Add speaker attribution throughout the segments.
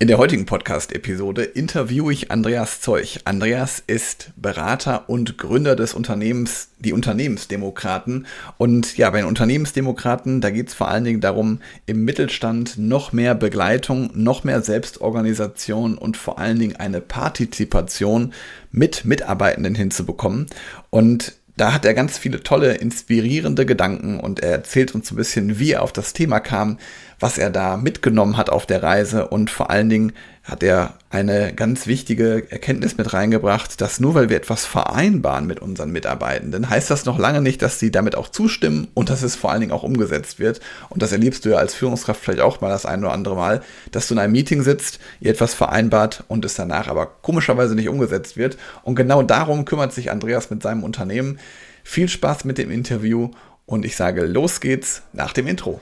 Speaker 1: In der heutigen Podcast-Episode interviewe ich Andreas Zeug. Andreas ist Berater und Gründer des Unternehmens, die Unternehmensdemokraten. Und ja, bei den Unternehmensdemokraten, da geht es vor allen Dingen darum, im Mittelstand noch mehr Begleitung, noch mehr Selbstorganisation und vor allen Dingen eine Partizipation mit Mitarbeitenden hinzubekommen. Und da hat er ganz viele tolle, inspirierende Gedanken und er erzählt uns ein bisschen, wie er auf das Thema kam, was er da mitgenommen hat auf der Reise und vor allen Dingen hat er eine ganz wichtige Erkenntnis mit reingebracht, dass nur weil wir etwas vereinbaren mit unseren Mitarbeitenden, heißt das noch lange nicht, dass sie damit auch zustimmen und dass es vor allen Dingen auch umgesetzt wird. Und das erlebst du ja als Führungskraft vielleicht auch mal das ein oder andere Mal, dass du in einem Meeting sitzt, ihr etwas vereinbart und es danach aber komischerweise nicht umgesetzt wird. Und genau darum kümmert sich Andreas mit seinem Unternehmen. Viel Spaß mit dem Interview und ich sage, los geht's nach dem Intro.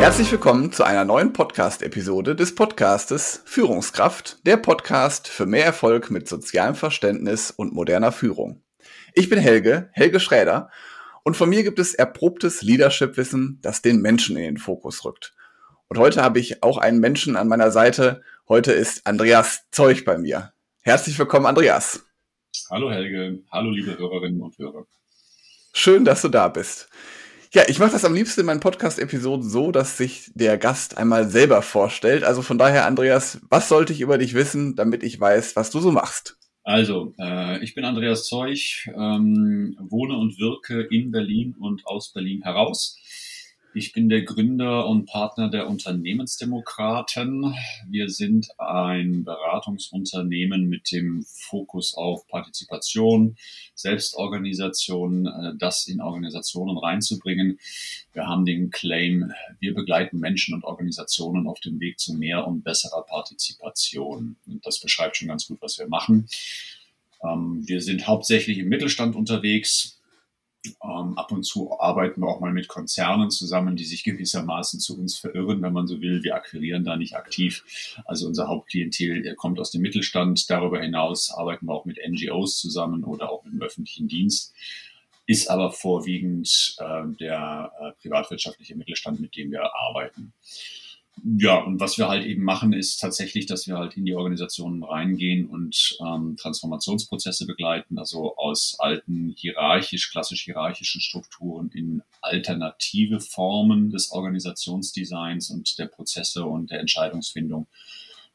Speaker 1: Herzlich willkommen zu einer neuen Podcast-Episode des Podcastes Führungskraft, der Podcast für mehr Erfolg mit sozialem Verständnis und moderner Führung. Ich bin Helge, Helge Schräder, und von mir gibt es erprobtes Leadership-Wissen, das den Menschen in den Fokus rückt. Und heute habe ich auch einen Menschen an meiner Seite. Heute ist Andreas Zeug bei mir. Herzlich willkommen, Andreas.
Speaker 2: Hallo Helge, hallo liebe Hörerinnen und Hörer.
Speaker 1: Schön, dass du da bist. Ja, ich mache das am liebsten in meinen Podcast-Episoden so, dass sich der Gast einmal selber vorstellt. Also von daher, Andreas, was sollte ich über dich wissen, damit ich weiß, was du so machst?
Speaker 2: Also, äh, ich bin Andreas Zeug, ähm, wohne und wirke in Berlin und aus Berlin heraus. Ich bin der Gründer und Partner der Unternehmensdemokraten. Wir sind ein Beratungsunternehmen mit dem Fokus auf Partizipation, Selbstorganisation, äh, das in Organisationen reinzubringen. Wir haben den Claim, wir begleiten Menschen und Organisationen auf dem Weg zu mehr und besserer Partizipation. Und das beschreibt schon ganz gut, was wir machen. Ähm, Wir sind hauptsächlich im Mittelstand unterwegs, ähm, ab und zu arbeiten wir auch mal mit Konzernen zusammen, die sich gewissermaßen zu uns verirren, wenn man so will. Wir akquirieren da nicht aktiv. Also unser Hauptklientel kommt aus dem Mittelstand. Darüber hinaus arbeiten wir auch mit NGOs zusammen oder auch mit dem öffentlichen Dienst. Ist aber vorwiegend äh, der äh, privatwirtschaftliche Mittelstand, mit dem wir arbeiten. Ja, und was wir halt eben machen, ist tatsächlich, dass wir halt in die Organisationen reingehen und ähm, Transformationsprozesse begleiten, also aus alten hierarchisch, klassisch hierarchischen Strukturen in alternative Formen des Organisationsdesigns und der Prozesse und der Entscheidungsfindung,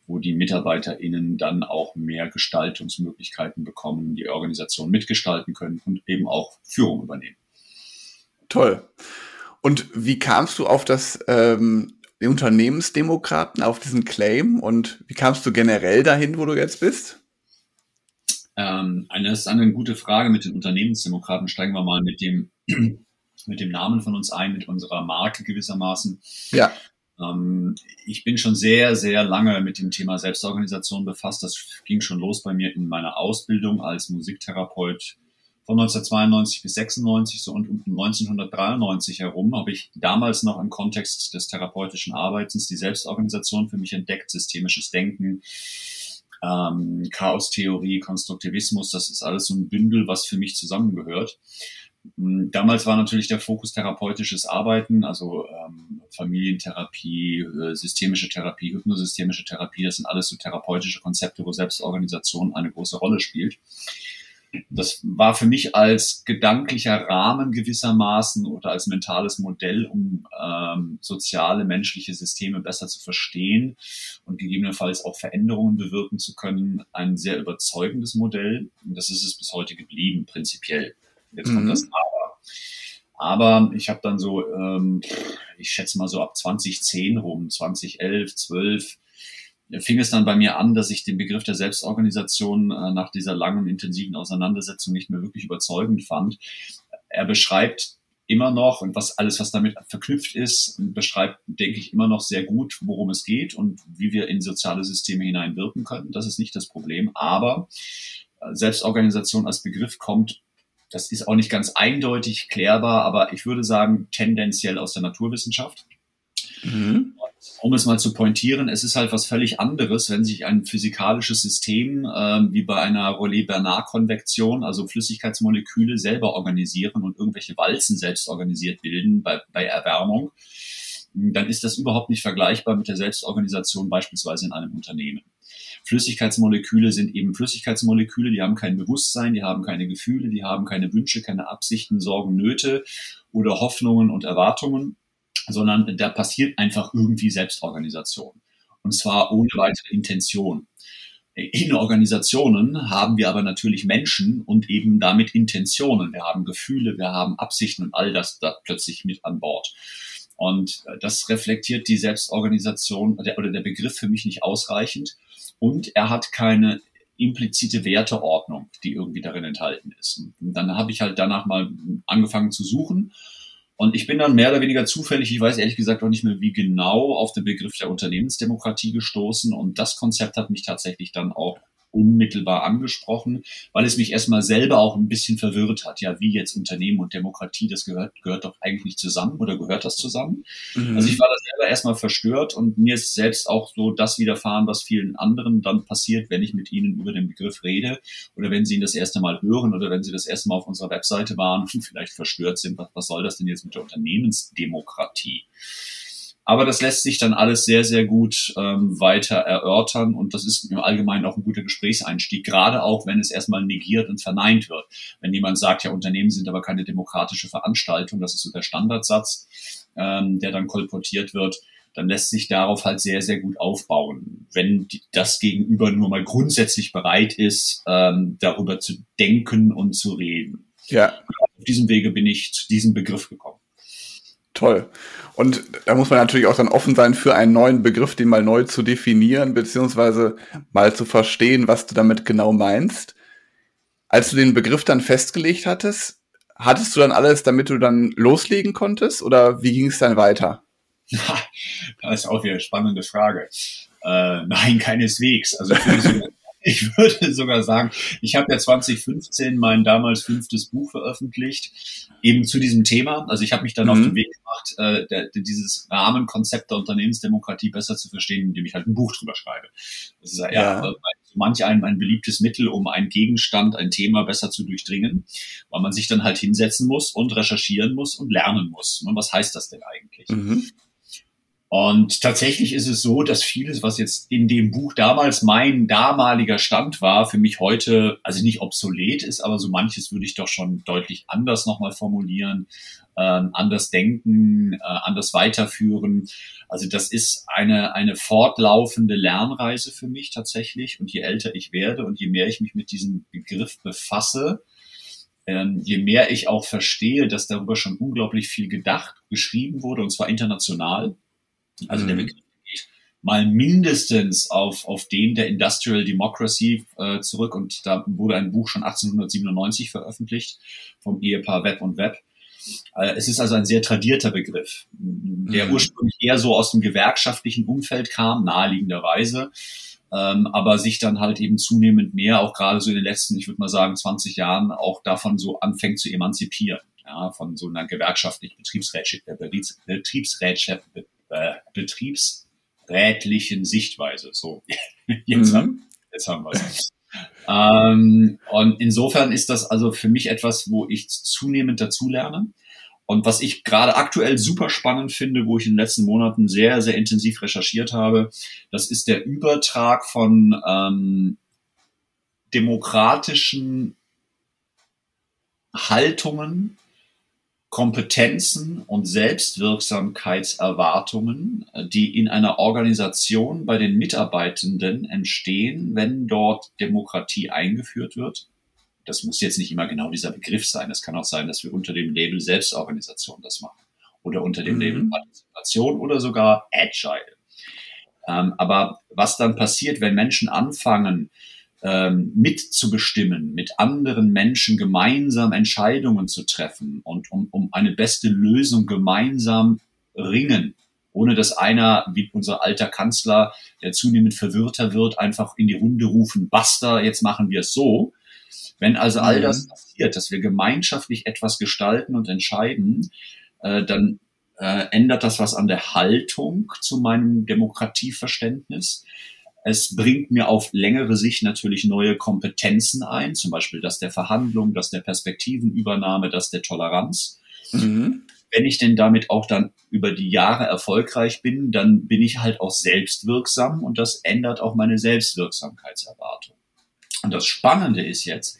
Speaker 2: wo die MitarbeiterInnen dann auch mehr Gestaltungsmöglichkeiten bekommen, die Organisation mitgestalten können und eben auch Führung übernehmen.
Speaker 1: Toll. Und wie kamst du auf das ähm, die Unternehmensdemokraten auf diesen Claim und wie kamst du generell dahin, wo du jetzt bist?
Speaker 2: Ähm, das ist eine gute Frage mit den Unternehmensdemokraten. Steigen wir mal mit dem, mit dem Namen von uns ein, mit unserer Marke gewissermaßen.
Speaker 1: Ja.
Speaker 2: Ähm, ich bin schon sehr, sehr lange mit dem Thema Selbstorganisation befasst. Das ging schon los bei mir in meiner Ausbildung als Musiktherapeut von 1992 bis 96 so und um 1993 herum habe ich damals noch im Kontext des therapeutischen Arbeitens die Selbstorganisation für mich entdeckt, systemisches Denken, ähm, Chaostheorie, Konstruktivismus, das ist alles so ein Bündel, was für mich zusammengehört. Hm, Damals war natürlich der Fokus therapeutisches Arbeiten, also ähm, Familientherapie, äh, systemische Therapie, hypnosystemische Therapie, das sind alles so therapeutische Konzepte, wo Selbstorganisation eine große Rolle spielt das war für mich als gedanklicher Rahmen gewissermaßen oder als mentales Modell, um ähm, soziale, menschliche Systeme besser zu verstehen und gegebenenfalls auch Veränderungen bewirken zu können, ein sehr überzeugendes Modell. Und das ist es bis heute geblieben, prinzipiell. Jetzt kommt mhm. das Aber. Aber ich habe dann so, ähm, ich schätze mal so ab 2010 rum, 2011, 12, äh, fing es dann bei mir an, dass ich den Begriff der Selbstorganisation äh, nach dieser langen, intensiven Auseinandersetzung nicht mehr wirklich überzeugend fand. Er beschreibt immer noch und was alles, was damit verknüpft ist, beschreibt, denke ich, immer noch sehr gut, worum es geht und wie wir in soziale Systeme hineinwirken können. Das ist nicht das Problem. Aber äh, Selbstorganisation als Begriff kommt, das ist auch nicht ganz eindeutig klärbar, aber ich würde sagen, tendenziell aus der Naturwissenschaft. Mhm um es mal zu pointieren, es ist halt was völlig anderes, wenn sich ein physikalisches System ähm, wie bei einer Rollet-Bernard-Konvektion, also Flüssigkeitsmoleküle selber organisieren und irgendwelche Walzen selbst organisiert bilden bei, bei Erwärmung, dann ist das überhaupt nicht vergleichbar mit der Selbstorganisation beispielsweise in einem Unternehmen. Flüssigkeitsmoleküle sind eben Flüssigkeitsmoleküle, die haben kein Bewusstsein, die haben keine Gefühle, die haben keine Wünsche, keine Absichten, Sorgen, Nöte oder Hoffnungen und Erwartungen, sondern da passiert einfach irgendwie Selbstorganisation. Und zwar ohne weitere Intention. In Organisationen haben wir aber natürlich Menschen und eben damit Intentionen. Wir haben Gefühle, wir haben Absichten und all das da plötzlich mit an Bord. Und äh, das reflektiert die Selbstorganisation der, oder der Begriff für mich nicht ausreichend. Und er hat keine implizite Werteordnung, die irgendwie darin enthalten ist. Und dann habe ich halt danach mal angefangen zu suchen. Und ich bin dann mehr oder weniger zufällig, ich weiß ehrlich gesagt auch nicht mehr wie genau, auf den Begriff der Unternehmensdemokratie gestoßen. Und das Konzept hat mich tatsächlich dann auch unmittelbar angesprochen, weil es mich erstmal selber auch ein bisschen verwirrt hat. Ja, wie jetzt Unternehmen und Demokratie, das gehört, gehört doch eigentlich nicht zusammen oder gehört das zusammen? Mhm. Also ich war da selber erstmal verstört und mir ist selbst auch so das widerfahren, was vielen anderen dann passiert, wenn ich mit ihnen über den Begriff rede oder wenn sie ihn das erste Mal hören oder wenn sie das erste Mal auf unserer Webseite waren und vielleicht verstört sind. Was, was soll das denn jetzt mit der Unternehmensdemokratie? Aber das lässt sich dann alles sehr, sehr gut ähm, weiter erörtern und das ist im Allgemeinen auch ein guter Gesprächseinstieg, gerade auch wenn es erstmal negiert und verneint wird. Wenn jemand sagt, ja, Unternehmen sind aber keine demokratische Veranstaltung, das ist so der Standardsatz, ähm, der dann kolportiert wird, dann lässt sich darauf halt sehr, sehr gut aufbauen. Wenn die, das Gegenüber nur mal grundsätzlich bereit ist, ähm, darüber zu denken und zu reden.
Speaker 1: Ja.
Speaker 2: Auf diesem Wege bin ich zu diesem Begriff gekommen.
Speaker 1: Toll. Und da muss man natürlich auch dann offen sein für einen neuen Begriff, den mal neu zu definieren, beziehungsweise mal zu verstehen, was du damit genau meinst. Als du den Begriff dann festgelegt hattest, hattest du dann alles, damit du dann loslegen konntest oder wie ging es dann weiter?
Speaker 2: das ist auch wieder eine spannende Frage. Äh, nein, keineswegs. Also ich würde sogar sagen, ich habe ja 2015 mein damals fünftes Buch veröffentlicht, eben zu diesem Thema. Also ich habe mich dann mhm. auf den Weg gemacht, äh, der, dieses Rahmenkonzept der Unternehmensdemokratie besser zu verstehen, indem ich halt ein Buch drüber schreibe. Das ist ja, ja. Eher, manch einem ein beliebtes Mittel, um einen Gegenstand, ein Thema besser zu durchdringen, weil man sich dann halt hinsetzen muss und recherchieren muss und lernen muss. Und was heißt das denn eigentlich? Mhm. Und tatsächlich ist es so, dass vieles, was jetzt in dem Buch damals mein damaliger Stand war, für mich heute, also nicht obsolet ist, aber so manches würde ich doch schon deutlich anders nochmal formulieren, äh, anders denken, äh, anders weiterführen. Also das ist eine, eine fortlaufende Lernreise für mich tatsächlich. Und je älter ich werde und je mehr ich mich mit diesem Begriff befasse, ähm, je mehr ich auch verstehe, dass darüber schon unglaublich viel gedacht, geschrieben wurde, und zwar international. Also der Begriff geht mal mindestens auf, auf den der Industrial Democracy äh, zurück und da wurde ein Buch schon 1897 veröffentlicht vom Ehepaar Webb und Webb. Äh, es ist also ein sehr tradierter Begriff, der mhm. ursprünglich eher so aus dem gewerkschaftlichen Umfeld kam, naheliegenderweise, ähm, aber sich dann halt eben zunehmend mehr, auch gerade so in den letzten, ich würde mal sagen, 20 Jahren, auch davon so anfängt zu emanzipieren, ja, von so einer äh, gewerkschaftlichen Betriebsrätschaft, Betriebsrätschaft, äh, betriebsrätlichen Sichtweise. So, jetzt, mhm. haben, jetzt haben wir es. ähm, und insofern ist das also für mich etwas, wo ich zunehmend dazulerne. Und was ich gerade aktuell super spannend finde, wo ich in den letzten Monaten sehr, sehr intensiv recherchiert habe, das ist der Übertrag von ähm, demokratischen Haltungen Kompetenzen und Selbstwirksamkeitserwartungen, äh, die in einer Organisation bei den Mitarbeitenden entstehen, wenn dort Demokratie eingeführt wird. Das muss jetzt nicht immer genau dieser Begriff sein. Es kann auch sein, dass wir unter dem Label Selbstorganisation das machen oder unter dem mhm. Label Partizipation oder sogar Agile. Ähm, aber was dann passiert, wenn Menschen anfangen, ähm, mitzubestimmen, mit anderen Menschen gemeinsam Entscheidungen zu treffen und um, um eine beste Lösung gemeinsam ringen, ohne dass einer, wie unser alter Kanzler, der zunehmend verwirrter wird, einfach in die Runde rufen, basta, jetzt machen wir es so. Wenn also all das passiert, dass wir gemeinschaftlich etwas gestalten und entscheiden, äh, dann äh, ändert das was an der Haltung zu meinem Demokratieverständnis. Es bringt mir auf längere Sicht natürlich neue Kompetenzen ein, zum Beispiel das der Verhandlung, das der Perspektivenübernahme, das der Toleranz. Mhm. Wenn ich denn damit auch dann über die Jahre erfolgreich bin, dann bin ich halt auch selbstwirksam und das ändert auch meine Selbstwirksamkeitserwartung. Und das Spannende ist jetzt,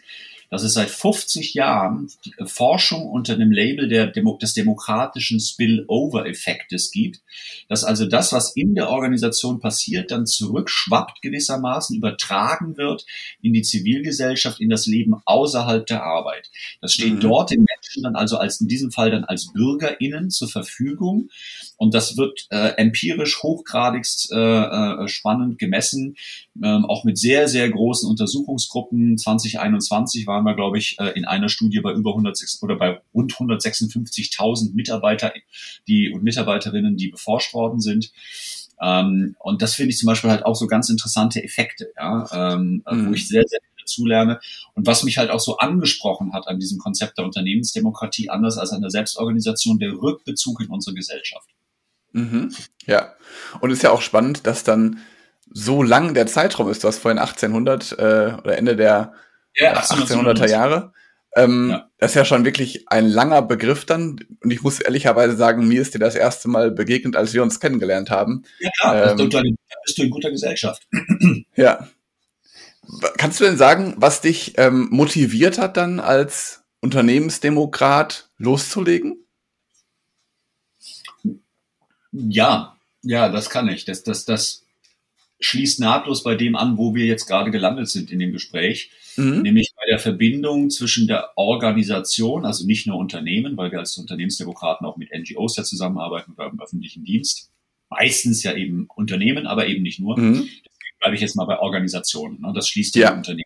Speaker 2: dass es seit 50 Jahren äh, Forschung unter dem Label der Demo des demokratischen Spillover-Effektes gibt, dass also das, was in der Organisation passiert, dann zurückschwappt gewissermaßen, übertragen wird in die Zivilgesellschaft, in das Leben außerhalb der Arbeit. Das steht mhm. dort den Menschen dann also als in diesem Fall dann als BürgerInnen zur Verfügung und das wird äh, empirisch hochgradigst äh, spannend gemessen, äh, auch mit sehr, sehr großen Untersuchungsgruppen. 2021 waren wir, glaube ich, äh, in einer Studie bei über 106 oder bei rund 156.000 Mitarbeiter die, und Mitarbeiterinnen, die beforscht worden sind. Ähm, und das finde ich zum Beispiel halt auch so ganz interessante Effekte, ja, ähm, mhm. wo ich sehr, sehr zulerne. Und was mich halt auch so angesprochen hat an diesem Konzept der Unternehmensdemokratie, anders als an der Selbstorganisation, der Rückbezug in unsere Gesellschaft.
Speaker 1: Mhm. Ja, und ist ja auch spannend, dass dann so lang der Zeitraum ist. Du hast vorhin 1800 äh, oder Ende der ja, 1800er Jahre. Ähm, ja. Das ist ja schon wirklich ein langer Begriff dann. Und ich muss ehrlicherweise sagen, mir ist dir das erste Mal begegnet, als wir uns kennengelernt haben.
Speaker 2: Ja, klar, ähm, da bist du in guter Gesellschaft.
Speaker 1: ja. Kannst du denn sagen, was dich ähm, motiviert hat, dann als Unternehmensdemokrat loszulegen?
Speaker 2: Ja, ja, das kann ich. Das, das, das schließt nahtlos bei dem an, wo wir jetzt gerade gelandet sind in dem Gespräch, mhm. nämlich bei der Verbindung zwischen der Organisation, also nicht nur Unternehmen, weil wir als Unternehmensdemokraten auch mit NGOs ja zusammenarbeiten oder im öffentlichen Dienst, meistens ja eben Unternehmen, aber eben nicht nur. Mhm. Deswegen bleibe ich jetzt mal bei Organisationen. Ne? Das schließt ja Unternehmen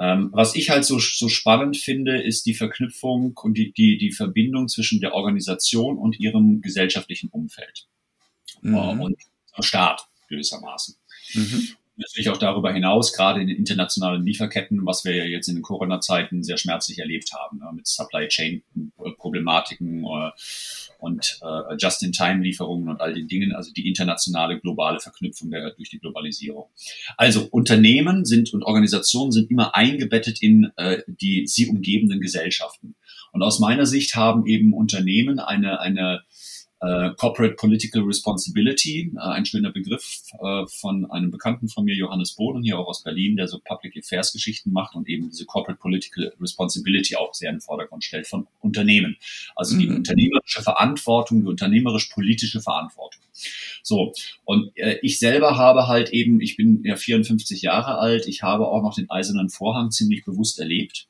Speaker 2: ein. Ähm, was ich halt so, so spannend finde, ist die Verknüpfung und die, die, die Verbindung zwischen der Organisation und ihrem gesellschaftlichen Umfeld mhm. äh, und Staat gewissermaßen. Mhm. Natürlich auch darüber hinaus, gerade in den internationalen Lieferketten, was wir ja jetzt in den Corona-Zeiten sehr schmerzlich erlebt haben, ne, mit Supply Chain-Problematiken äh, und äh, Just-in-Time-Lieferungen und all den Dingen, also die internationale globale Verknüpfung der, durch die Globalisierung. Also Unternehmen sind und Organisationen sind immer eingebettet in äh, die sie umgebenden Gesellschaften. Und aus meiner Sicht haben eben Unternehmen eine, eine Uh, Corporate Political Responsibility, uh, ein schöner Begriff uh, von einem Bekannten von mir, Johannes Boden, hier auch aus Berlin, der so Public Affairs Geschichten macht und eben diese Corporate Political Responsibility auch sehr in den Vordergrund stellt von Unternehmen. Also die mhm. unternehmerische Verantwortung, die unternehmerisch-politische Verantwortung. So, und äh, ich selber habe halt eben, ich bin ja 54 Jahre alt, ich habe auch noch den eisernen Vorhang ziemlich bewusst erlebt.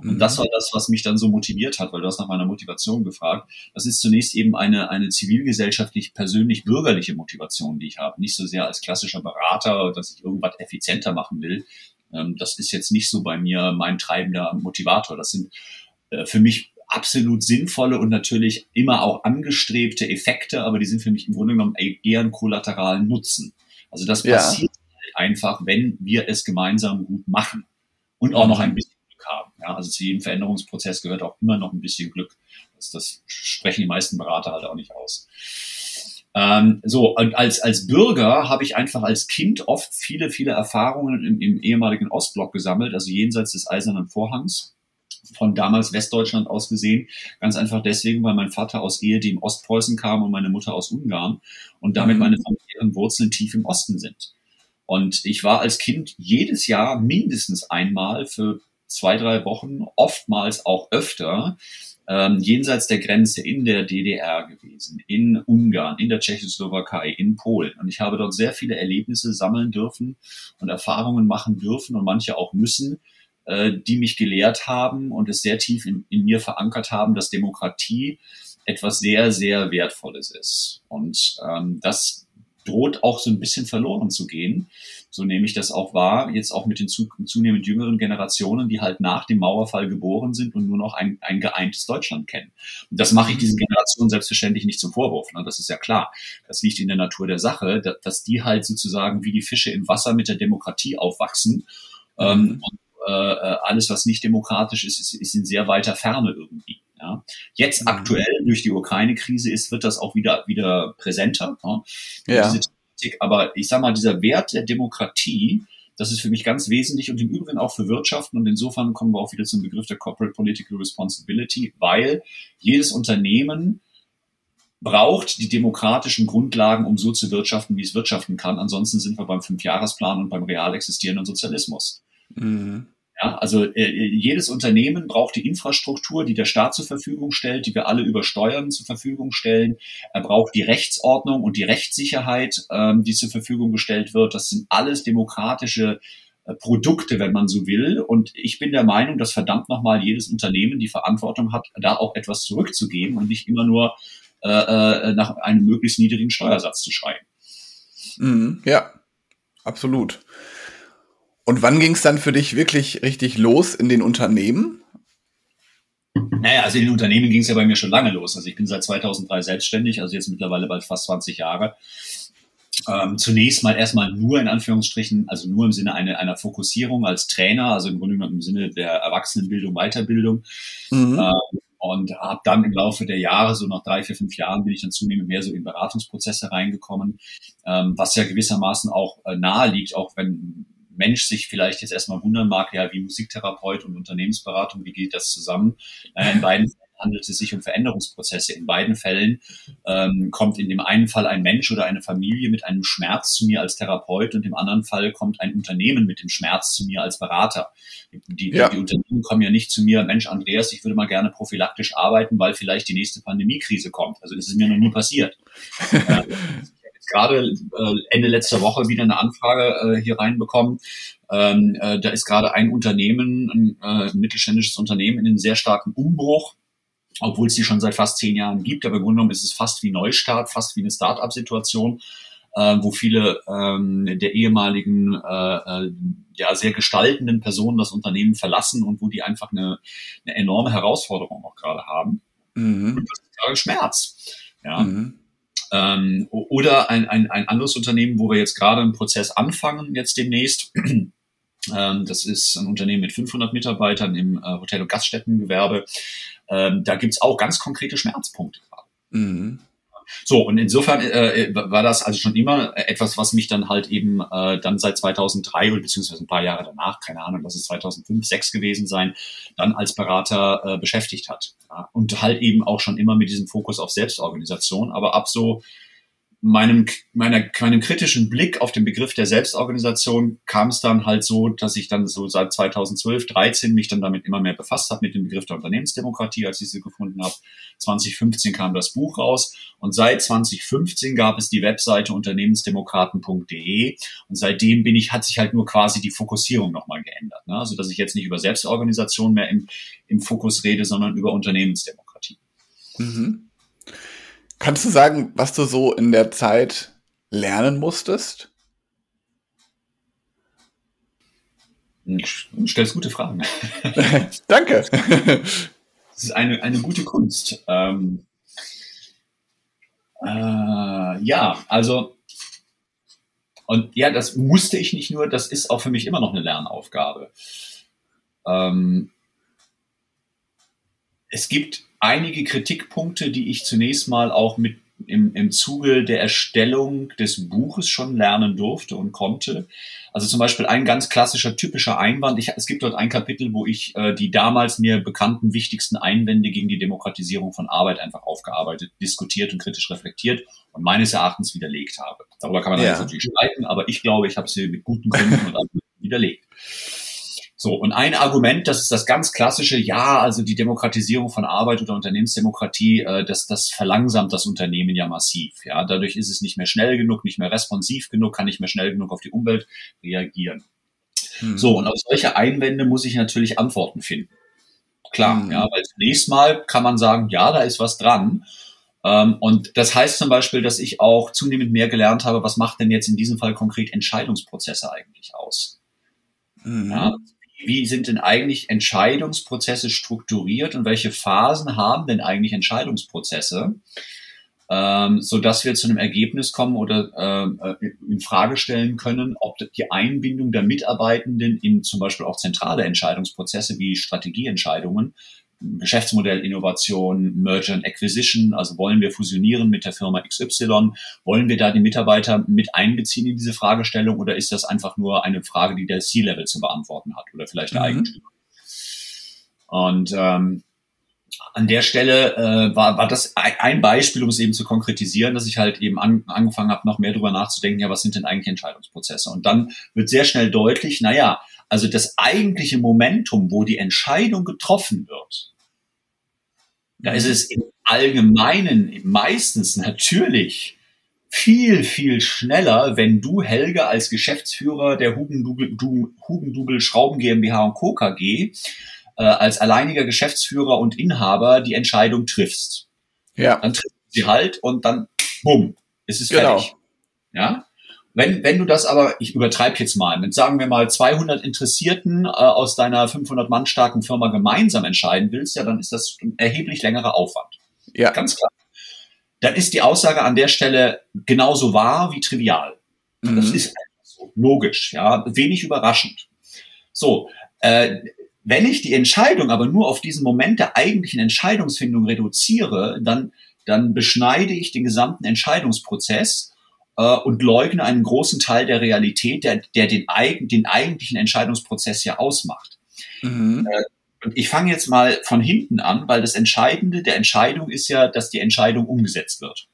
Speaker 1: Mhm.
Speaker 2: Und das war das, was mich dann so motiviert hat, weil du hast nach meiner Motivation gefragt. Das ist zunächst eben eine, eine zivilgesellschaftlich, persönlich bürgerliche Motivation, die ich habe. Nicht so sehr als klassischer Berater, dass ich irgendwas effizienter machen will. Ähm, Das ist jetzt nicht so bei mir mein treibender Motivator. Das sind äh, für mich absolut sinnvolle und natürlich immer auch angestrebte Effekte, aber die sind für mich im Grunde genommen eher einen kollateralen Nutzen. Also das ja. passiert einfach, wenn wir es gemeinsam gut machen und auch noch ein bisschen haben. Ja, also zu jedem Veränderungsprozess gehört auch immer noch ein bisschen Glück. Das, das sprechen die meisten Berater halt auch nicht aus. Ähm, so, und als, als Bürger habe ich einfach als Kind oft viele, viele Erfahrungen im, im ehemaligen Ostblock gesammelt, also jenseits des Eisernen Vorhangs von damals Westdeutschland aus gesehen. Ganz einfach deswegen, weil mein Vater aus Ehe, die im Ostpreußen kam und meine Mutter aus Ungarn und damit meine familiären Wurzeln tief im Osten sind. Und ich war als Kind jedes Jahr mindestens einmal für zwei, drei Wochen, oftmals auch öfter, ähm, jenseits der Grenze in der DDR gewesen, in Ungarn, in der Tschechoslowakei, in Polen. Und ich habe dort sehr viele Erlebnisse sammeln dürfen und Erfahrungen machen dürfen und manche auch müssen, äh, die mich gelehrt haben und es sehr tief in, in mir verankert haben, dass Demokratie etwas sehr, sehr Wertvolles ist. Und ähm, das droht auch so ein bisschen verloren zu gehen. So nehme ich das auch wahr, jetzt auch mit den zunehmend jüngeren Generationen, die halt nach dem Mauerfall geboren sind und nur noch ein, ein geeintes Deutschland kennen. Und das mache ich diesen Generationen selbstverständlich nicht zum Vorwurf. Ne? Das ist ja klar. Das liegt in der Natur der Sache, dass die halt sozusagen wie die Fische im Wasser mit der Demokratie aufwachsen. äh, Mhm. Ähm, und äh, alles, was nicht demokratisch ist, ist, ist in sehr weiter Ferne irgendwie. Ja. Jetzt mhm. aktuell durch die Ukraine-Krise ist, wird das auch wieder, wieder präsenter. ne, Ja. aber ich sag mal, dieser Wert der Demokratie, das ist für mich ganz wesentlich und im Übrigen auch für Wirtschaften. Und insofern kommen wir auch wieder zum Begriff der Corporate Political Responsibility, weil jedes Unternehmen braucht die demokratischen Grundlagen, um so zu wirtschaften, wie es wirtschaften kann. Ansonsten sind wir beim Fünfjahresplan und beim real existierenden Sozialismus. Mhm. Ja, also äh, jedes Unternehmen braucht die Infrastruktur, die der Staat zur Verfügung stellt, die wir alle über Steuern zur Verfügung stellen. Er braucht die Rechtsordnung und die Rechtssicherheit, ähm, die zur Verfügung gestellt wird. Das sind alles demokratische äh, Produkte, wenn man so will. Und ich bin der Meinung, dass verdammt nochmal jedes Unternehmen die Verantwortung hat, da auch etwas zurückzugeben und nicht immer nur äh, nach einem möglichst niedrigen Steuersatz zu schreien.
Speaker 1: Mhm, ja, absolut. Und wann ging es dann für dich wirklich richtig los in den Unternehmen?
Speaker 2: Naja, also in den Unternehmen ging es ja bei mir schon lange los. Also ich bin seit 2003 selbstständig, also jetzt mittlerweile bald fast 20 Jahre. Ähm, zunächst mal erstmal nur in Anführungsstrichen, also nur im Sinne einer, einer Fokussierung als Trainer, also im Grunde genommen im Sinne der Erwachsenenbildung, Weiterbildung. Mhm. Ähm, und habe dann im Laufe der Jahre, so nach drei, vier, fünf Jahren, bin ich dann zunehmend mehr so in Beratungsprozesse reingekommen, ähm, was ja gewissermaßen auch äh, nahe liegt, auch wenn Mensch sich vielleicht jetzt erstmal wundern mag, ja, wie Musiktherapeut und Unternehmensberatung, wie geht das zusammen? Äh, in beiden Fällen handelt es sich um Veränderungsprozesse. In beiden Fällen ähm, kommt in dem einen Fall ein Mensch oder eine Familie mit einem Schmerz zu mir als Therapeut und im anderen Fall kommt ein Unternehmen mit dem Schmerz zu mir als Berater. Die, ja. die Unternehmen kommen ja nicht zu mir, Mensch, Andreas, ich würde mal gerne prophylaktisch arbeiten, weil vielleicht die nächste Pandemiekrise kommt. Also das ist mir noch nie passiert. äh, gerade äh, Ende letzter Woche wieder eine Anfrage äh, hier reinbekommen. Ähm, äh, da ist gerade ein Unternehmen, ein, ein mittelständisches Unternehmen in einem sehr starken Umbruch, obwohl es die schon seit fast zehn Jahren gibt. Aber im Grunde genommen ist es fast wie Neustart, fast wie eine Start-up-Situation, äh, wo viele ähm, der ehemaligen, äh, ja, sehr gestaltenden Personen das Unternehmen verlassen und wo die einfach eine, eine enorme Herausforderung auch gerade haben. Mhm. Und das ist gerade Schmerz. Ja. Mhm. Ähm, oder ein, ein, ein anderes Unternehmen, wo wir jetzt gerade einen Prozess anfangen, jetzt demnächst. Ähm, das ist ein Unternehmen mit 500 Mitarbeitern im äh, Hotel- und Gaststättengewerbe. Ähm, da gibt's auch ganz konkrete Schmerzpunkte gerade. Mhm. So, und insofern äh, war das also schon immer etwas, was mich dann halt eben äh, dann seit 2003 oder beziehungsweise ein paar Jahre danach, keine Ahnung, das ist 2005, 6 gewesen sein, dann als Berater äh, beschäftigt hat. Ja? Und halt eben auch schon immer mit diesem Fokus auf Selbstorganisation, aber ab so meinem, meiner, meinem kritischen Blick auf den Begriff der Selbstorganisation kam es dann halt so, dass ich dann so seit 2012, 13 mich dann damit immer mehr befasst habe, mit dem Begriff der Unternehmensdemokratie, als ich sie gefunden habe. 2015 kam das Buch raus und seit 2015 gab es die Webseite unternehmensdemokraten.de und seitdem bin ich, hat sich halt nur quasi die Fokussierung nochmal geändert. Ne? Also dass ich jetzt nicht über Selbstorganisation mehr im, im Fokus rede, sondern über Unternehmensdemokratie.
Speaker 1: Mhm. Kannst du sagen, was du so in der Zeit lernen musstest?
Speaker 2: Du stellst gute Fragen.
Speaker 1: Danke.
Speaker 2: Das ist eine, eine gute Kunst. Ähm, äh, ja, also, und ja, das musste ich nicht nur, das ist auch für mich immer noch eine Lernaufgabe. Ähm, es gibt einige Kritikpunkte, die ich zunächst mal auch mit im, im Zuge der Erstellung des Buches schon lernen durfte und konnte. Also zum Beispiel ein ganz klassischer, typischer Einwand. Ich, es gibt dort ein Kapitel, wo ich äh, die damals mir bekannten wichtigsten Einwände gegen die Demokratisierung von Arbeit einfach aufgearbeitet, diskutiert und kritisch reflektiert und meines Erachtens widerlegt habe. Darüber kann man ja. natürlich streiten, aber ich glaube, ich habe sie mit guten Gründen und widerlegt. So, und ein Argument, das ist das ganz klassische, ja, also die Demokratisierung von Arbeit oder Unternehmensdemokratie, äh, das, das verlangsamt das Unternehmen ja massiv. Ja, dadurch ist es nicht mehr schnell genug, nicht mehr responsiv genug, kann nicht mehr schnell genug auf die Umwelt reagieren. Hm. So, und auf solche Einwände muss ich natürlich Antworten finden. Klar, hm. ja, weil zunächst mal kann man sagen, ja, da ist was dran Ähm, und das heißt zum Beispiel, dass ich auch zunehmend mehr gelernt habe, was macht denn jetzt in diesem Fall konkret Entscheidungsprozesse eigentlich aus? Mhm. Ja, wie sind denn eigentlich Entscheidungsprozesse strukturiert und welche Phasen haben denn eigentlich Entscheidungsprozesse, ähm, so dass wir zu einem Ergebnis kommen oder äh, in Frage stellen können, ob die Einbindung der Mitarbeitenden in zum Beispiel auch zentrale Entscheidungsprozesse wie Strategieentscheidungen Geschäftsmodell Innovation, Merger and Acquisition, also wollen wir fusionieren mit der Firma XY, wollen wir da die Mitarbeiter mit einbeziehen in diese Fragestellung oder ist das einfach nur eine Frage, die der C-Level zu beantworten hat oder vielleicht der mhm. Eigentümer? Und ähm, an der Stelle äh, war, war das ein Beispiel, um es eben zu konkretisieren, dass ich halt eben an, angefangen habe, noch mehr darüber nachzudenken, ja, was sind denn eigentlich Entscheidungsprozesse? Und dann wird sehr schnell deutlich, naja, also das eigentliche Momentum, wo die Entscheidung getroffen wird, da ist es im Allgemeinen meistens natürlich viel, viel schneller, wenn du, Helge, als Geschäftsführer der Hugendubel, Hugendubel Schrauben GmbH und Co. KG äh, als alleiniger Geschäftsführer und Inhaber die Entscheidung triffst.
Speaker 1: Ja.
Speaker 2: Dann triffst du sie halt und dann, bumm, ist es genau. fertig. Ja. Wenn, wenn du das aber, ich übertreibe jetzt mal, mit sagen wir mal 200 Interessierten äh, aus deiner 500 Mann starken Firma gemeinsam entscheiden willst, ja, dann ist das ein erheblich längerer Aufwand.
Speaker 1: Ja.
Speaker 2: Ganz klar. Dann ist die Aussage an der Stelle genauso wahr wie trivial. Mhm. Das ist so, logisch, ja, wenig überraschend. So, äh, wenn ich die Entscheidung aber nur auf diesen Moment der eigentlichen Entscheidungsfindung reduziere, dann, dann beschneide ich den gesamten Entscheidungsprozess äh, und leugne einen großen Teil der Realität, der, der den, eigen, den eigentlichen Entscheidungsprozess ja ausmacht. Mhm. und ich fange jetzt mal von hinten an, weil das Entscheidende der Entscheidung ist ja, dass die Entscheidung umgesetzt wird.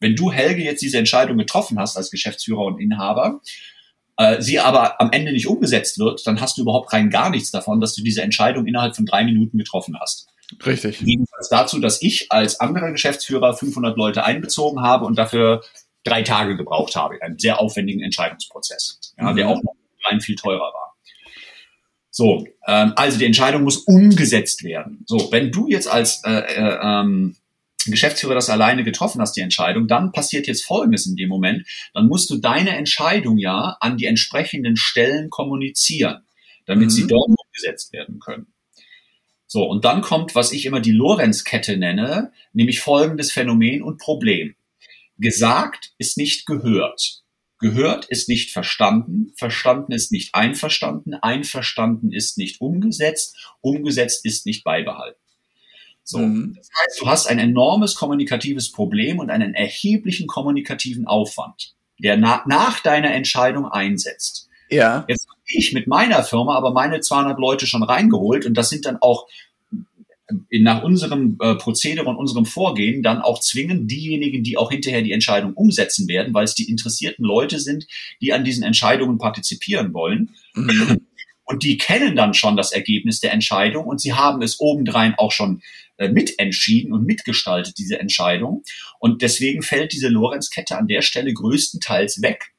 Speaker 2: Wenn du, Helge, jetzt diese Entscheidung getroffen hast als Geschäftsführer und Inhaber, äh, sie aber am Ende nicht umgesetzt wird, dann hast du überhaupt rein gar nichts davon, dass du diese Entscheidung innerhalb von drei Minuten getroffen hast.
Speaker 1: Richtig.
Speaker 2: Jedenfalls dazu, dass ich als anderer Geschäftsführer 500 Leute einbezogen habe und dafür drei Tage gebraucht habe, einen sehr aufwendigen Entscheidungsprozess, ja, mhm. der auch noch rein viel teurer war. So, ähm, also die Entscheidung muss umgesetzt werden. So, wenn du jetzt als äh, äh, ähm, Geschäftsführer das alleine getroffen hast, die Entscheidung, dann passiert jetzt Folgendes in dem Moment, dann musst du deine Entscheidung ja an die entsprechenden Stellen kommunizieren, damit mhm. sie dort umgesetzt werden können. So, und dann kommt, was ich immer die Lorenz-Kette nenne, nämlich folgendes Phänomen und Problem. Gesagt ist nicht gehört. Gehört ist nicht verstanden, verstanden ist nicht einverstanden, einverstanden ist nicht umgesetzt, umgesetzt ist nicht beibehalten. So, mhm. das heißt, du hast ein enormes kommunikatives Problem und einen erheblichen kommunikativen Aufwand, der na nach deiner Entscheidung einsetzt.
Speaker 1: Ja.
Speaker 2: Jetzt habe ich mit meiner Firma aber meine 200 Leute schon reingeholt und das sind dann auch nach unserem äh, Prozedere und unserem Vorgehen dann auch zwingen diejenigen, die auch hinterher die Entscheidung umsetzen werden, weil es die interessierten Leute sind, die an diesen Entscheidungen partizipieren wollen. Mhm. Und die kennen dann schon das Ergebnis der Entscheidung und sie haben es obendrein auch schon äh, mitentschieden und mitgestaltet, diese Entscheidung. Und deswegen fällt diese Lorenzkette an der Stelle größtenteils weg.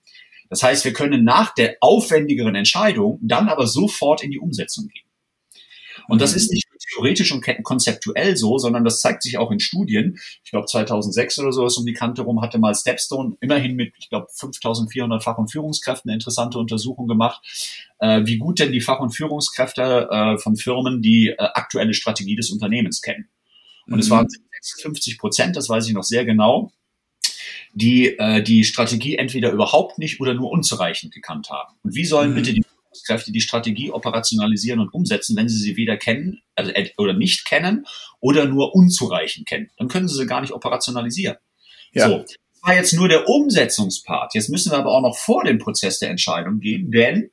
Speaker 2: Das heißt, wir können nach der aufwendigeren Entscheidung dann aber sofort in die Umsetzung gehen. Und das ist nicht theoretisch und konzeptuell so, sondern das zeigt sich auch in Studien. Ich glaube, 2006 oder sowas um die Kante rum hatte mal Stepstone immerhin mit, ich glaube, 5400 Fach- und Führungskräften eine interessante Untersuchung gemacht, äh, wie gut denn die Fach- und Führungskräfte äh, von Firmen die äh, aktuelle Strategie des Unternehmens kennen. Und mhm. es waren 56 Prozent, das weiß ich noch sehr genau, die äh, die Strategie entweder überhaupt nicht oder nur unzureichend gekannt haben. Und wie sollen mhm. bitte die Führungskräfte die Strategie operationalisieren und umsetzen, wenn sie sie weder kennen also, oder nicht kennen oder nur unzureichend kennen. Dann können sie sie gar nicht operationalisieren. Ja. So, das war jetzt nur der Umsetzungspart. Jetzt müssen wir aber auch noch vor den Prozess der Entscheidung gehen, denn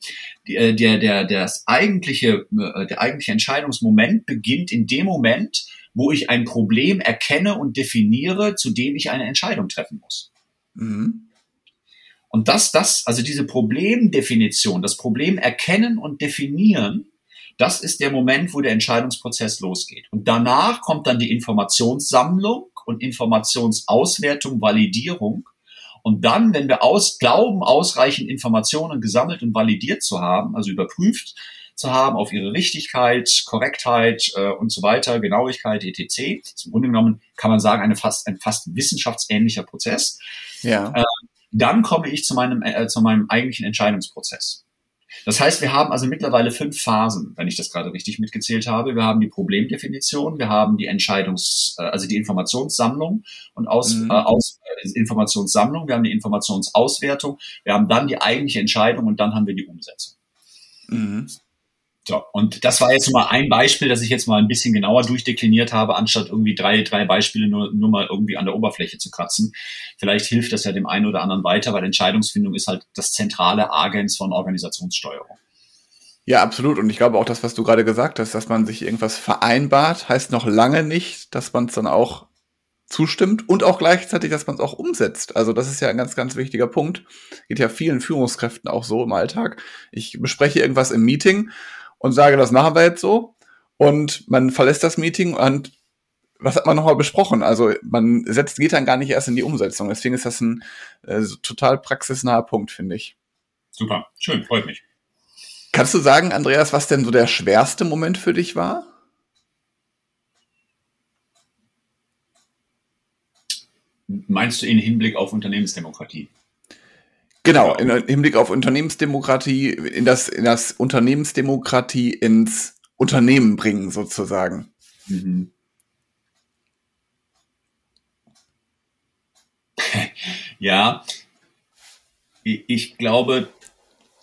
Speaker 2: der, der, der, das eigentliche, äh, der eigentliche Entscheidungsmoment beginnt in dem Moment, wo ich ein Problem erkenne und definiere, zu dem ich eine Entscheidung treffen muss. Mhm. Und das, das, also diese Problemdefinition, das Problem erkennen und definieren, das ist der Moment, wo der Entscheidungsprozess losgeht. Und danach kommt dann die Informationssammlung und Informationsauswertung, Validierung. Und dann, wenn wir aus, glauben, ausreichend Informationen gesammelt und validiert zu haben, also überprüft zu haben auf ihre Richtigkeit, Korrektheit äh, und so weiter, Genauigkeit, etc. Zum Grunde genommen kann man sagen, eine fast, ein fast wissenschaftsähnlicher Prozess.
Speaker 1: Ja.
Speaker 2: Äh, dann komme ich zu meinem, äh, zu meinem eigentlichen Entscheidungsprozess. Das heißt, wir haben also mittlerweile fünf Phasen, wenn ich das gerade richtig mitgezählt habe. Wir haben die Problemdefinition, wir haben die Entscheidungs-, äh, also die Informationssammlung und aus, mhm. äh, aus äh, Informationssammlung, wir haben die Informationsauswertung, wir haben dann die eigentliche Entscheidung und dann haben wir die Umsetzung.
Speaker 1: Mhm.
Speaker 2: So, und das war jetzt mal ein Beispiel, das ich jetzt mal ein bisschen genauer durchdekliniert habe, anstatt irgendwie drei, drei Beispiele nur, nur mal irgendwie an der Oberfläche zu kratzen. Vielleicht hilft das ja dem einen oder anderen weiter, weil Entscheidungsfindung ist halt das zentrale Agens von Organisationssteuerung.
Speaker 1: Ja, absolut. Und ich glaube auch das, was du gerade gesagt hast, dass man sich irgendwas vereinbart, heißt noch lange nicht, dass man es dann auch zustimmt und auch gleichzeitig, dass man es auch umsetzt. Also das ist ja ein ganz, ganz wichtiger Punkt. Geht ja vielen Führungskräften auch so im Alltag. Ich bespreche irgendwas im Meeting und sage, das machen wir jetzt so. Und man verlässt das Meeting und was hat man nochmal besprochen? Also man setzt, geht dann gar nicht erst in die Umsetzung. Deswegen ist das ein äh, total praxisnaher Punkt, finde ich.
Speaker 2: Super, schön, freut mich.
Speaker 1: Kannst du sagen, Andreas, was denn so der schwerste Moment für dich war?
Speaker 2: Meinst du in Hinblick auf Unternehmensdemokratie?
Speaker 1: Genau, in, im Hinblick auf Unternehmensdemokratie, in das, in das Unternehmensdemokratie ins Unternehmen bringen, sozusagen. Mhm.
Speaker 2: ja, ich glaube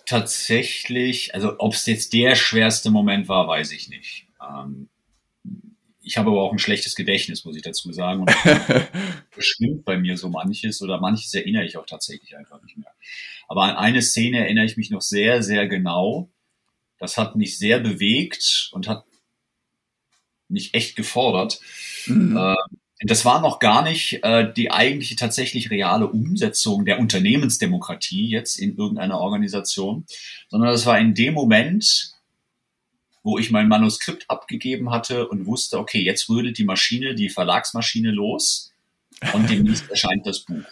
Speaker 2: tatsächlich, also ob es jetzt der schwerste Moment war, weiß ich nicht. Ähm, ich habe aber auch ein schlechtes Gedächtnis, muss ich dazu sagen. Und bestimmt bei mir so manches oder manches erinnere ich auch tatsächlich einfach nicht mehr. Aber an eine Szene erinnere ich mich noch sehr, sehr genau. Das hat mich sehr bewegt und hat mich echt gefordert. Mhm. Äh, das war noch gar nicht äh, die eigentliche tatsächlich reale Umsetzung der Unternehmensdemokratie jetzt in irgendeiner Organisation, sondern das war in dem Moment, wo ich mein Manuskript abgegeben hatte und wusste, okay, jetzt rödelt die Maschine, die Verlagsmaschine los und demnächst erscheint das Buch.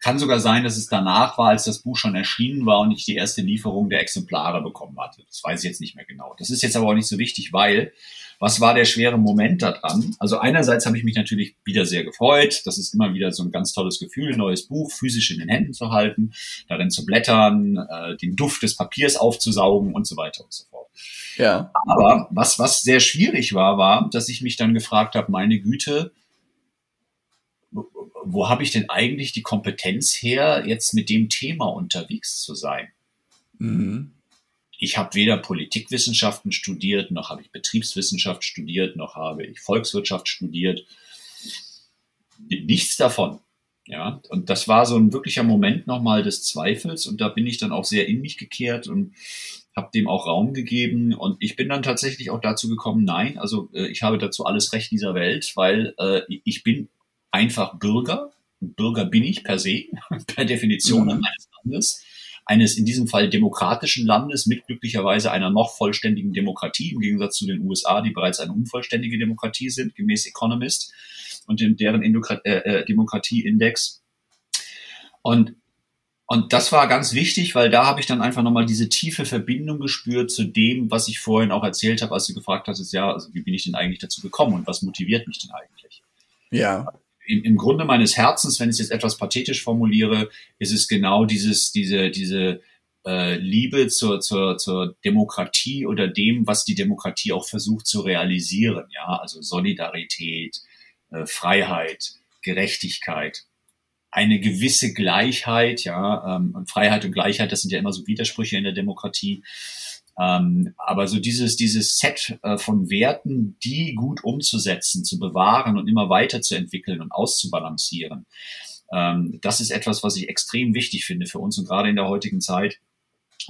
Speaker 2: Kann sogar sein, dass es danach war, als das Buch schon erschienen war und ich die erste Lieferung der Exemplare bekommen hatte. Das weiß ich jetzt nicht mehr genau. Das ist jetzt aber auch nicht so wichtig, weil was war der schwere Moment daran? Also einerseits habe ich mich natürlich wieder sehr gefreut. Das ist immer wieder so ein ganz tolles Gefühl, ein neues Buch physisch in den Händen zu halten, darin zu blättern, äh, den Duft des Papiers aufzusaugen und so weiter und so fort. Ja. Aber was, was sehr schwierig war, war, dass ich mich dann gefragt habe, meine Güte, wo, wo habe ich denn eigentlich die Kompetenz her, jetzt mit dem Thema unterwegs zu sein? Mhm. Ich habe weder Politikwissenschaften studiert, noch habe ich Betriebswissenschaft studiert, noch habe ich Volkswirtschaft studiert. Nichts davon. Ja, und das war so ein wirklicher Moment nochmal des Zweifels und da bin ich dann auch sehr in mich gekehrt und habe dem auch Raum gegeben und ich bin dann tatsächlich auch dazu gekommen, nein, also äh, ich habe dazu alles Recht dieser Welt, weil äh, ich bin einfach Bürger, Bürger bin ich per se, per Definition mhm. eines Landes, eines in diesem Fall demokratischen Landes mit glücklicherweise einer noch vollständigen Demokratie im Gegensatz zu den USA, die bereits eine unvollständige Demokratie sind, gemäß Economist und in deren äh, Demokratieindex. Und und das war ganz wichtig, weil da habe ich dann einfach nochmal diese tiefe Verbindung gespürt zu dem, was ich vorhin auch erzählt habe, als du gefragt hattest, ja, also wie bin ich denn eigentlich dazu gekommen und was motiviert mich denn eigentlich?
Speaker 1: Ja.
Speaker 2: Im, im Grunde meines Herzens, wenn ich es jetzt etwas pathetisch formuliere, ist es genau dieses, diese, diese äh, Liebe zur, zur, zur Demokratie oder dem, was die Demokratie auch versucht zu realisieren, ja, also Solidarität, äh, Freiheit, Gerechtigkeit eine gewisse Gleichheit, ja, ähm, und Freiheit und Gleichheit, das sind ja immer so Widersprüche in der Demokratie. Ähm, aber so dieses, dieses Set äh, von Werten, die gut umzusetzen, zu bewahren und immer weiterzuentwickeln und auszubalancieren, ähm, das ist etwas, was ich extrem wichtig finde für uns und gerade in der heutigen Zeit.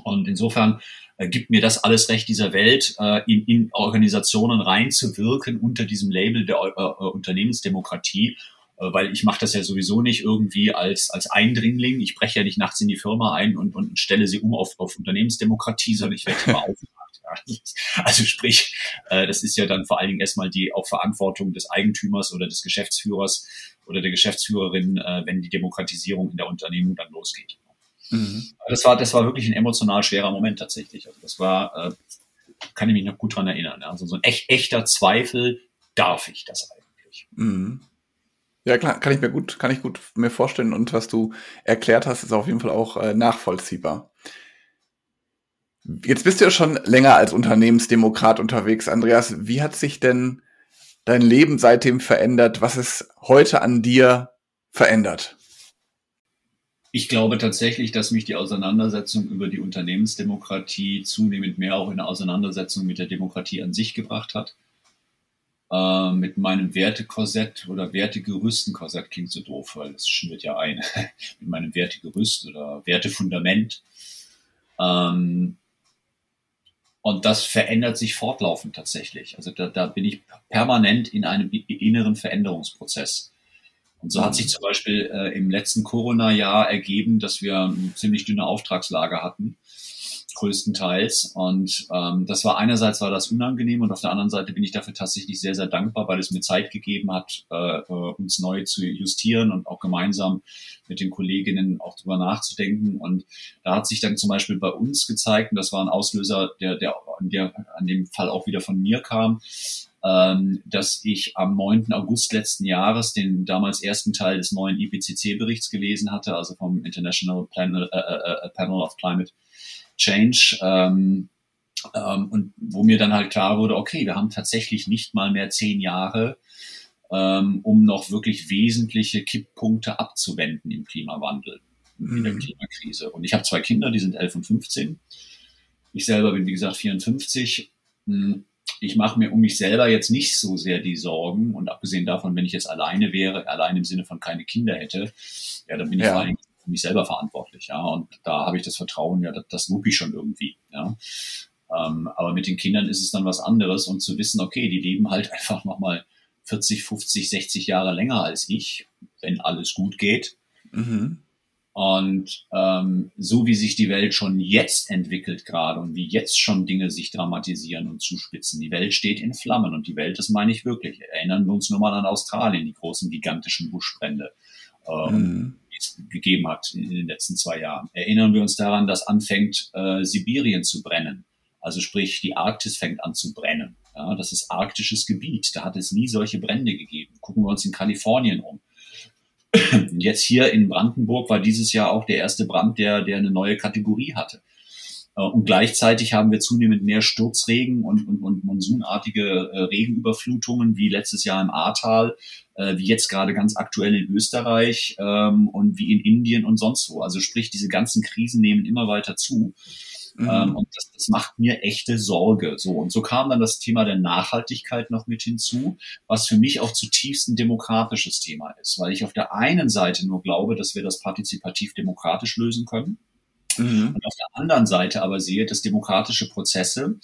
Speaker 2: Und insofern äh, gibt mir das alles Recht dieser Welt, äh, in, in Organisationen reinzuwirken unter diesem Label der äh, Unternehmensdemokratie Äh, weil ich mache das ja sowieso nicht irgendwie als, als Eindringling. Ich breche ja nicht nachts in die Firma ein und, und stelle sie um auf, auf Unternehmensdemokratie, sondern ich werde immer aufgemacht. Also sprich, das ist ja dann vor allen Dingen erstmal die auch Verantwortung des Eigentümers oder des Geschäftsführers oder der Geschäftsführerin, äh, wenn die Demokratisierung in der Unternehmung dann losgeht. Mhm. Das war, das war wirklich ein emotional schwerer Moment tatsächlich. Also das war, kann ich mich noch gut dran erinnern. Also so ein echt, echter Zweifel, darf ich das eigentlich?
Speaker 1: Mhm. Ja, klar, kann ich mir gut, kann ich gut mir vorstellen und was du erklärt hast, ist auf jeden Fall auch äh, nachvollziehbar. Jetzt bist du ja schon länger als Unternehmensdemokrat unterwegs, Andreas. Wie hat sich denn dein Leben seitdem verändert? Was ist heute an dir verändert?
Speaker 2: Ich glaube tatsächlich, dass mich die Auseinandersetzung über die Unternehmensdemokratie zunehmend mehr auch in eine Auseinandersetzung mit der Demokratie an sich gebracht hat. Äh, mit meinem Wertekorsett oder Wertegerüsten-Korsett klingt so doof, weil es schnürt ja ein. mit meinem Wertegerüst oder Wertefundament. Ähm, und das verändert sich fortlaufend tatsächlich. Also da, da bin ich permanent in einem inneren Veränderungsprozess. Und so hat sich zum Beispiel äh, im letzten Corona-Jahr ergeben, dass wir eine ziemlich dünne Auftragslage hatten, größtenteils. Und ähm, das war einerseits war das unangenehm und auf der anderen Seite bin ich dafür tatsächlich sehr, sehr dankbar, weil es mir Zeit gegeben hat, äh, uns neu zu justieren und auch gemeinsam mit den Kolleginnen auch drüber nachzudenken. Und da hat sich dann zum Beispiel bei uns gezeigt, und das war ein Auslöser, der, der, der an dem Fall auch wieder von mir kam, ähm, dass ich am 9. August letzten Jahres den damals ersten Teil des neuen IPCC-Berichts gelesen hatte, also vom International Panel, äh, äh, Panel of Climate Change. Ähm, ähm, und wo mir dann halt klar wurde, okay, wir haben tatsächlich nicht mal mehr zehn Jahre, ähm, um noch wirklich wesentliche Kipppunkte abzuwenden im Klimawandel, in der mhm. Klimakrise. Und ich habe zwei Kinder, die sind 11 und 15. Ich selber bin, wie gesagt, 54. Mh, Hm, ich mache mir um mich selber jetzt nicht so sehr die Sorgen. Und abgesehen davon, wenn ich jetzt alleine wäre, allein im Sinne von keine Kinder hätte, ja, dann bin ich ja. vor allem für mich selber verantwortlich. Ja, und da habe ich das Vertrauen, ja, das, das ich schon irgendwie. Ja. Ähm, aber mit den Kindern ist es dann was anderes und zu wissen, okay, die leben halt einfach nochmal 40, 50, 60 Jahre länger als ich, wenn alles gut geht. Mhm. Und ähm, so wie sich die Welt schon jetzt entwickelt gerade und wie jetzt schon Dinge sich dramatisieren und zuspitzen, die Welt steht in Flammen und die Welt, das meine ich wirklich. Erinnern wir uns nur mal an Australien, die großen gigantischen Buschbrände, ähm, mhm. die es gegeben hat in, in den letzten zwei Jahren. Erinnern wir uns daran, dass anfängt äh, Sibirien zu brennen. Also sprich, die Arktis fängt an zu brennen. Ja, das ist arktisches Gebiet. Da hat es nie solche Brände gegeben. Gucken wir uns in Kalifornien um. Und jetzt hier in Brandenburg war dieses Jahr auch der erste Brand, der, der eine neue Kategorie hatte. Äh, Und gleichzeitig haben wir zunehmend mehr Sturzregen und, und, und monsunartige äh, Regenüberflutungen wie letztes Jahr im Ahrtal, äh, wie jetzt gerade ganz aktuell in Österreich ähm, und wie in Indien und sonst wo. Also sprich, diese ganzen Krisen nehmen immer weiter zu. Mhm. Ähm, und das, das macht mir echte Sorge. So und so kam dann das Thema der Nachhaltigkeit noch mit hinzu, was für mich auch zutiefst ein demokratisches Thema ist, weil ich auf der einen Seite nur glaube, dass wir das partizipativ demokratisch lösen können. Mhm. Und auf der anderen Seite aber sehe, dass demokratische Prozesse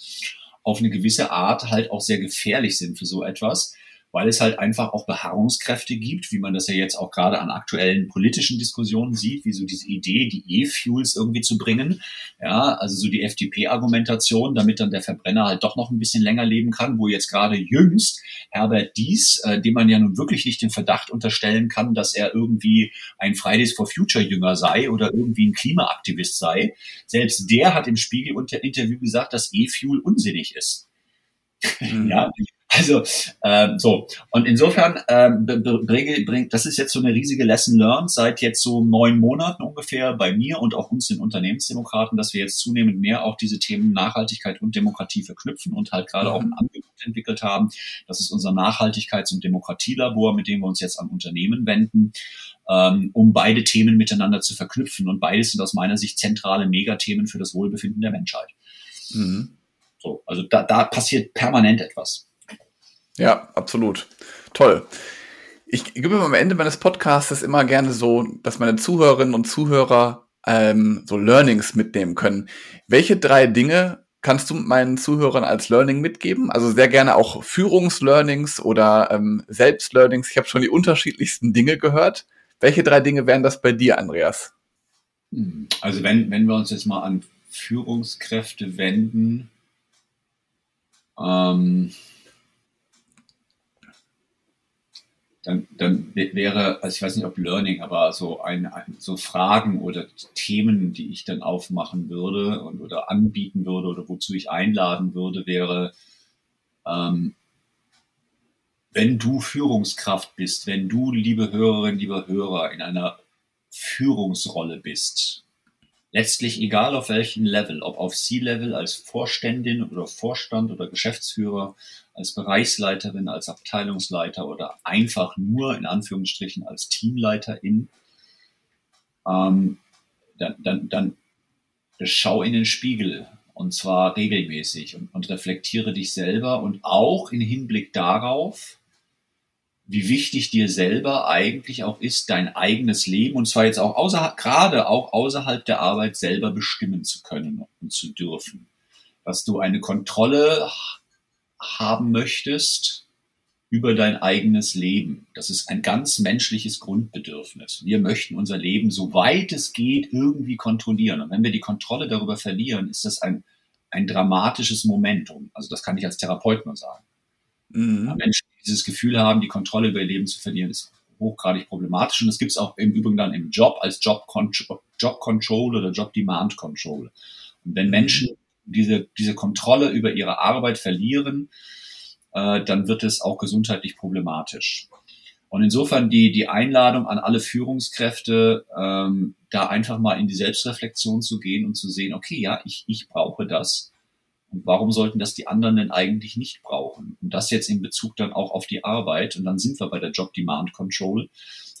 Speaker 2: auf eine gewisse Art halt auch sehr gefährlich sind für so etwas, weil es halt einfach auch Beharrungskräfte gibt, wie man das ja jetzt auch gerade an aktuellen politischen Diskussionen sieht, wie so diese Idee, die E-Fuels irgendwie zu bringen. Ja, also so die FDP-Argumentation, damit dann der Verbrenner halt doch noch ein bisschen länger leben kann, wo jetzt gerade jüngst Herbert Dies, äh, dem man ja nun wirklich nicht den Verdacht unterstellen kann, dass er irgendwie ein Fridays for Future-Jünger sei oder irgendwie ein Klimaaktivist sei, selbst der hat im Spiegel-Interview gesagt, dass E-Fuel unsinnig ist. Mhm. Ja, also ähm, so und insofern ähm, bringe, bring, das ist jetzt so eine riesige Lesson learned seit jetzt so neun Monaten ungefähr bei mir und auch uns den Unternehmensdemokraten, dass wir jetzt zunehmend mehr auch diese Themen Nachhaltigkeit und Demokratie verknüpfen und halt gerade auch ein Angebot entwickelt haben. Das ist unser Nachhaltigkeits- und Demokratielabor, mit dem wir uns jetzt an Unternehmen wenden, ähm, um beide Themen miteinander zu verknüpfen und beides sind aus meiner Sicht zentrale Megathemen für das Wohlbefinden der Menschheit. Mhm. So, also da, da passiert permanent etwas.
Speaker 1: Ja, absolut. Toll. Ich gebe am Ende meines Podcasts immer gerne so, dass meine Zuhörerinnen und Zuhörer ähm, so Learnings mitnehmen können. Welche drei Dinge kannst du meinen Zuhörern als Learning mitgeben? Also sehr gerne auch Führungslearnings oder ähm, Selbstlearnings. Ich habe schon die unterschiedlichsten Dinge gehört. Welche drei Dinge wären das bei dir, Andreas?
Speaker 2: Also wenn, wenn wir uns jetzt mal an Führungskräfte wenden, ähm, dann, dann wäre, also ich weiß nicht ob Learning, aber so ein, ein, so Fragen oder Themen, die ich dann aufmachen würde und oder anbieten würde oder wozu ich einladen würde, wäre, ähm, wenn du Führungskraft bist, wenn du, liebe Hörerin, lieber Hörer, in einer Führungsrolle bist, letztlich egal auf welchem Level, ob auf C-Level als Vorständin oder Vorstand oder Geschäftsführer, als Bereichsleiterin, als Abteilungsleiter oder einfach nur in Anführungsstrichen als Teamleiterin. ähm, dann, dann, dann schau in den Spiegel und zwar regelmäßig und, und reflektiere dich selber und auch in Hinblick darauf, wie wichtig dir selber eigentlich auch ist, dein eigenes Leben und zwar jetzt auch außerhalb, gerade auch außerhalb der Arbeit selber bestimmen zu können und zu dürfen. Dass du eine Kontrolle haben möchtest über dein eigenes Leben. Das ist ein ganz menschliches Grundbedürfnis. Wir möchten unser Leben, soweit es geht, irgendwie kontrollieren. Und wenn wir die Kontrolle darüber verlieren, ist das ein, ein dramatisches Momentum. Also das kann ich als Therapeut nur sagen. Mhm. Menschen, die dieses Gefühl haben, die Kontrolle über ihr Leben zu verlieren, ist hochgradig problematisch. Und das gibt es auch im Übrigen dann im Job als Job, -Contro Job Control oder Job Demand Control. Und wenn Menschen diese, diese Kontrolle über ihre Arbeit verlieren, äh, dann wird es auch gesundheitlich problematisch. Und insofern die, die Einladung an alle Führungskräfte, ähm, da einfach mal in die Selbstreflexion zu gehen und zu sehen, okay, ja, ich, ich brauche das. Und warum sollten das die anderen denn eigentlich nicht brauchen? Und das jetzt in Bezug dann auch auf die Arbeit. Und dann sind wir bei der Job Demand Control.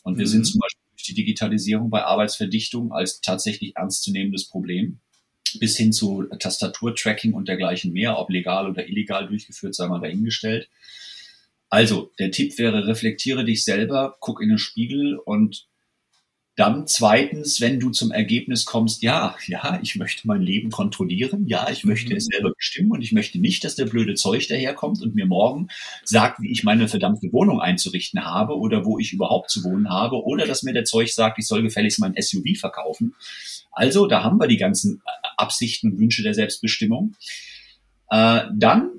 Speaker 2: Und wir mhm. sind zum Beispiel durch die Digitalisierung bei Arbeitsverdichtung als tatsächlich ernstzunehmendes Problem bis hin zu Tastaturtracking und dergleichen mehr, ob legal oder illegal durchgeführt, sei mal dahingestellt. Also, der Tipp wäre, reflektiere dich selber, guck in den Spiegel und dann zweitens, wenn du zum Ergebnis kommst, ja, ja, ich möchte mein Leben kontrollieren, ja, ich möchte mhm. es selber bestimmen und ich möchte nicht, dass der blöde Zeug daherkommt und mir morgen sagt, wie ich meine verdammte Wohnung einzurichten habe oder wo ich überhaupt zu wohnen habe oder dass mir der Zeug sagt, ich soll gefälligst mein SUV verkaufen. Also, da haben wir die ganzen Absichten und Wünsche der Selbstbestimmung. Äh, dann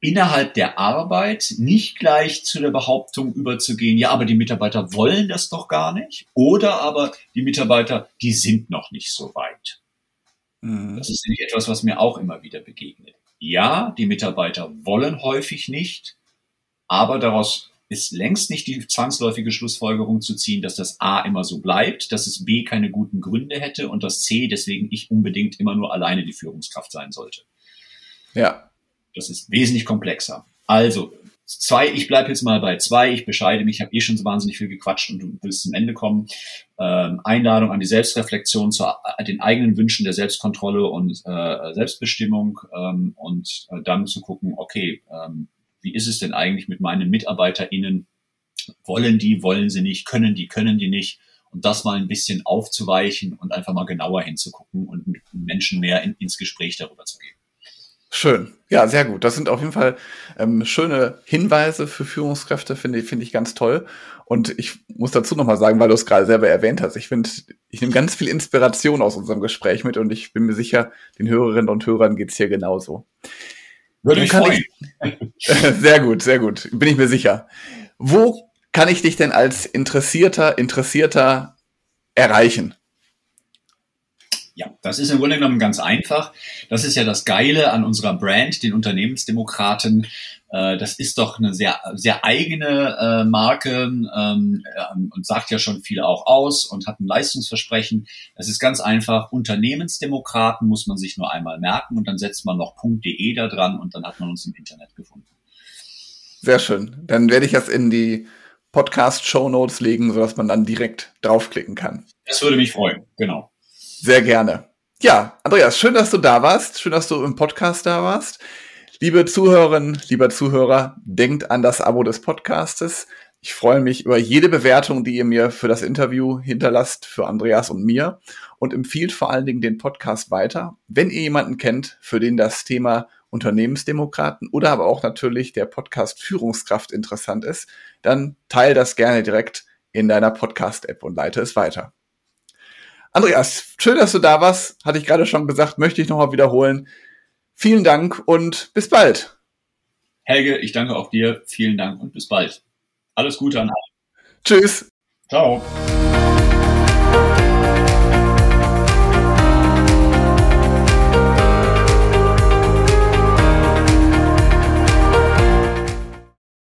Speaker 2: innerhalb der Arbeit nicht gleich zu der Behauptung überzugehen, ja, aber die Mitarbeiter wollen das doch gar nicht oder aber die Mitarbeiter, die sind noch nicht so weit. Mhm. Das ist nämlich etwas, was mir auch immer wieder begegnet. Ja, die Mitarbeiter wollen häufig nicht, aber daraus ist längst nicht die zwangsläufige Schlussfolgerung zu ziehen, dass das A immer so bleibt, dass es B keine guten Gründe hätte und dass C deswegen ich unbedingt immer nur alleine die Führungskraft sein sollte.
Speaker 1: Ja.
Speaker 2: Das ist wesentlich komplexer. Also, zwei, ich bleibe jetzt mal bei zwei, ich bescheide mich, ich habe eh schon so wahnsinnig viel gequatscht und du willst zum Ende kommen. Ähm, Einladung an die Selbstreflexion, zu äh, den eigenen Wünschen der Selbstkontrolle und äh, Selbstbestimmung ähm, und äh, dann zu gucken, okay, ähm, wie ist es denn eigentlich mit meinen MitarbeiterInnen? Wollen die, wollen sie nicht, können die, können die nicht? Und das mal ein bisschen aufzuweichen und einfach mal genauer hinzugucken und mit Menschen mehr in, ins Gespräch darüber zu gehen.
Speaker 1: Schön. Ja, sehr gut. Das sind auf jeden Fall ähm, schöne Hinweise für Führungskräfte, finde find ich ganz toll. Und ich muss dazu nochmal sagen, weil du es gerade selber erwähnt hast, ich finde, ich nehme ganz viel Inspiration aus unserem Gespräch mit und ich bin mir sicher, den Hörerinnen und Hörern geht's hier genauso.
Speaker 2: Würde mich freuen.
Speaker 1: Ich, sehr gut, sehr gut. Bin ich mir sicher. Wo kann ich dich denn als Interessierter, Interessierter erreichen?
Speaker 2: Ja, das ist im Grunde genommen ganz einfach. Das ist ja das Geile an unserer Brand, den Unternehmensdemokraten. Äh, Das ist doch eine sehr, sehr eigene äh, Marke ähm, und sagt ja schon viel auch aus und hat ein Leistungsversprechen. Das ist ganz einfach. Unternehmensdemokraten muss man sich nur einmal merken und dann setzt man noch .de da dran und dann hat man uns im Internet gefunden.
Speaker 1: Sehr schön. Dann werde ich das in die Podcast-Show Notes legen, sodass man dann direkt draufklicken kann.
Speaker 2: Das würde mich freuen, genau.
Speaker 1: Sehr gerne. Ja, Andreas, schön, dass du da warst. Schön, dass du im Podcast da warst. Liebe Zuhörerinnen, lieber Zuhörer, denkt an das Abo des Podcastes. Ich freue mich über jede Bewertung, die ihr mir für das Interview hinterlasst, für Andreas und mir. Und empfiehlt vor allen Dingen den Podcast weiter, wenn ihr jemanden kennt, für den das Thema Unternehmensdemokraten oder aber auch natürlich der Podcast Führungskraft interessant ist, dann teil das gerne direkt in deiner Podcast-App und leite es weiter. Andreas, schön, dass du da warst. Hatte ich gerade schon gesagt, möchte ich nochmal wiederholen. Vielen Dank und bis bald.
Speaker 2: Helge, ich danke auch dir. Vielen Dank und bis bald. Alles Gute an alle.
Speaker 1: Tschüss.
Speaker 2: Ciao.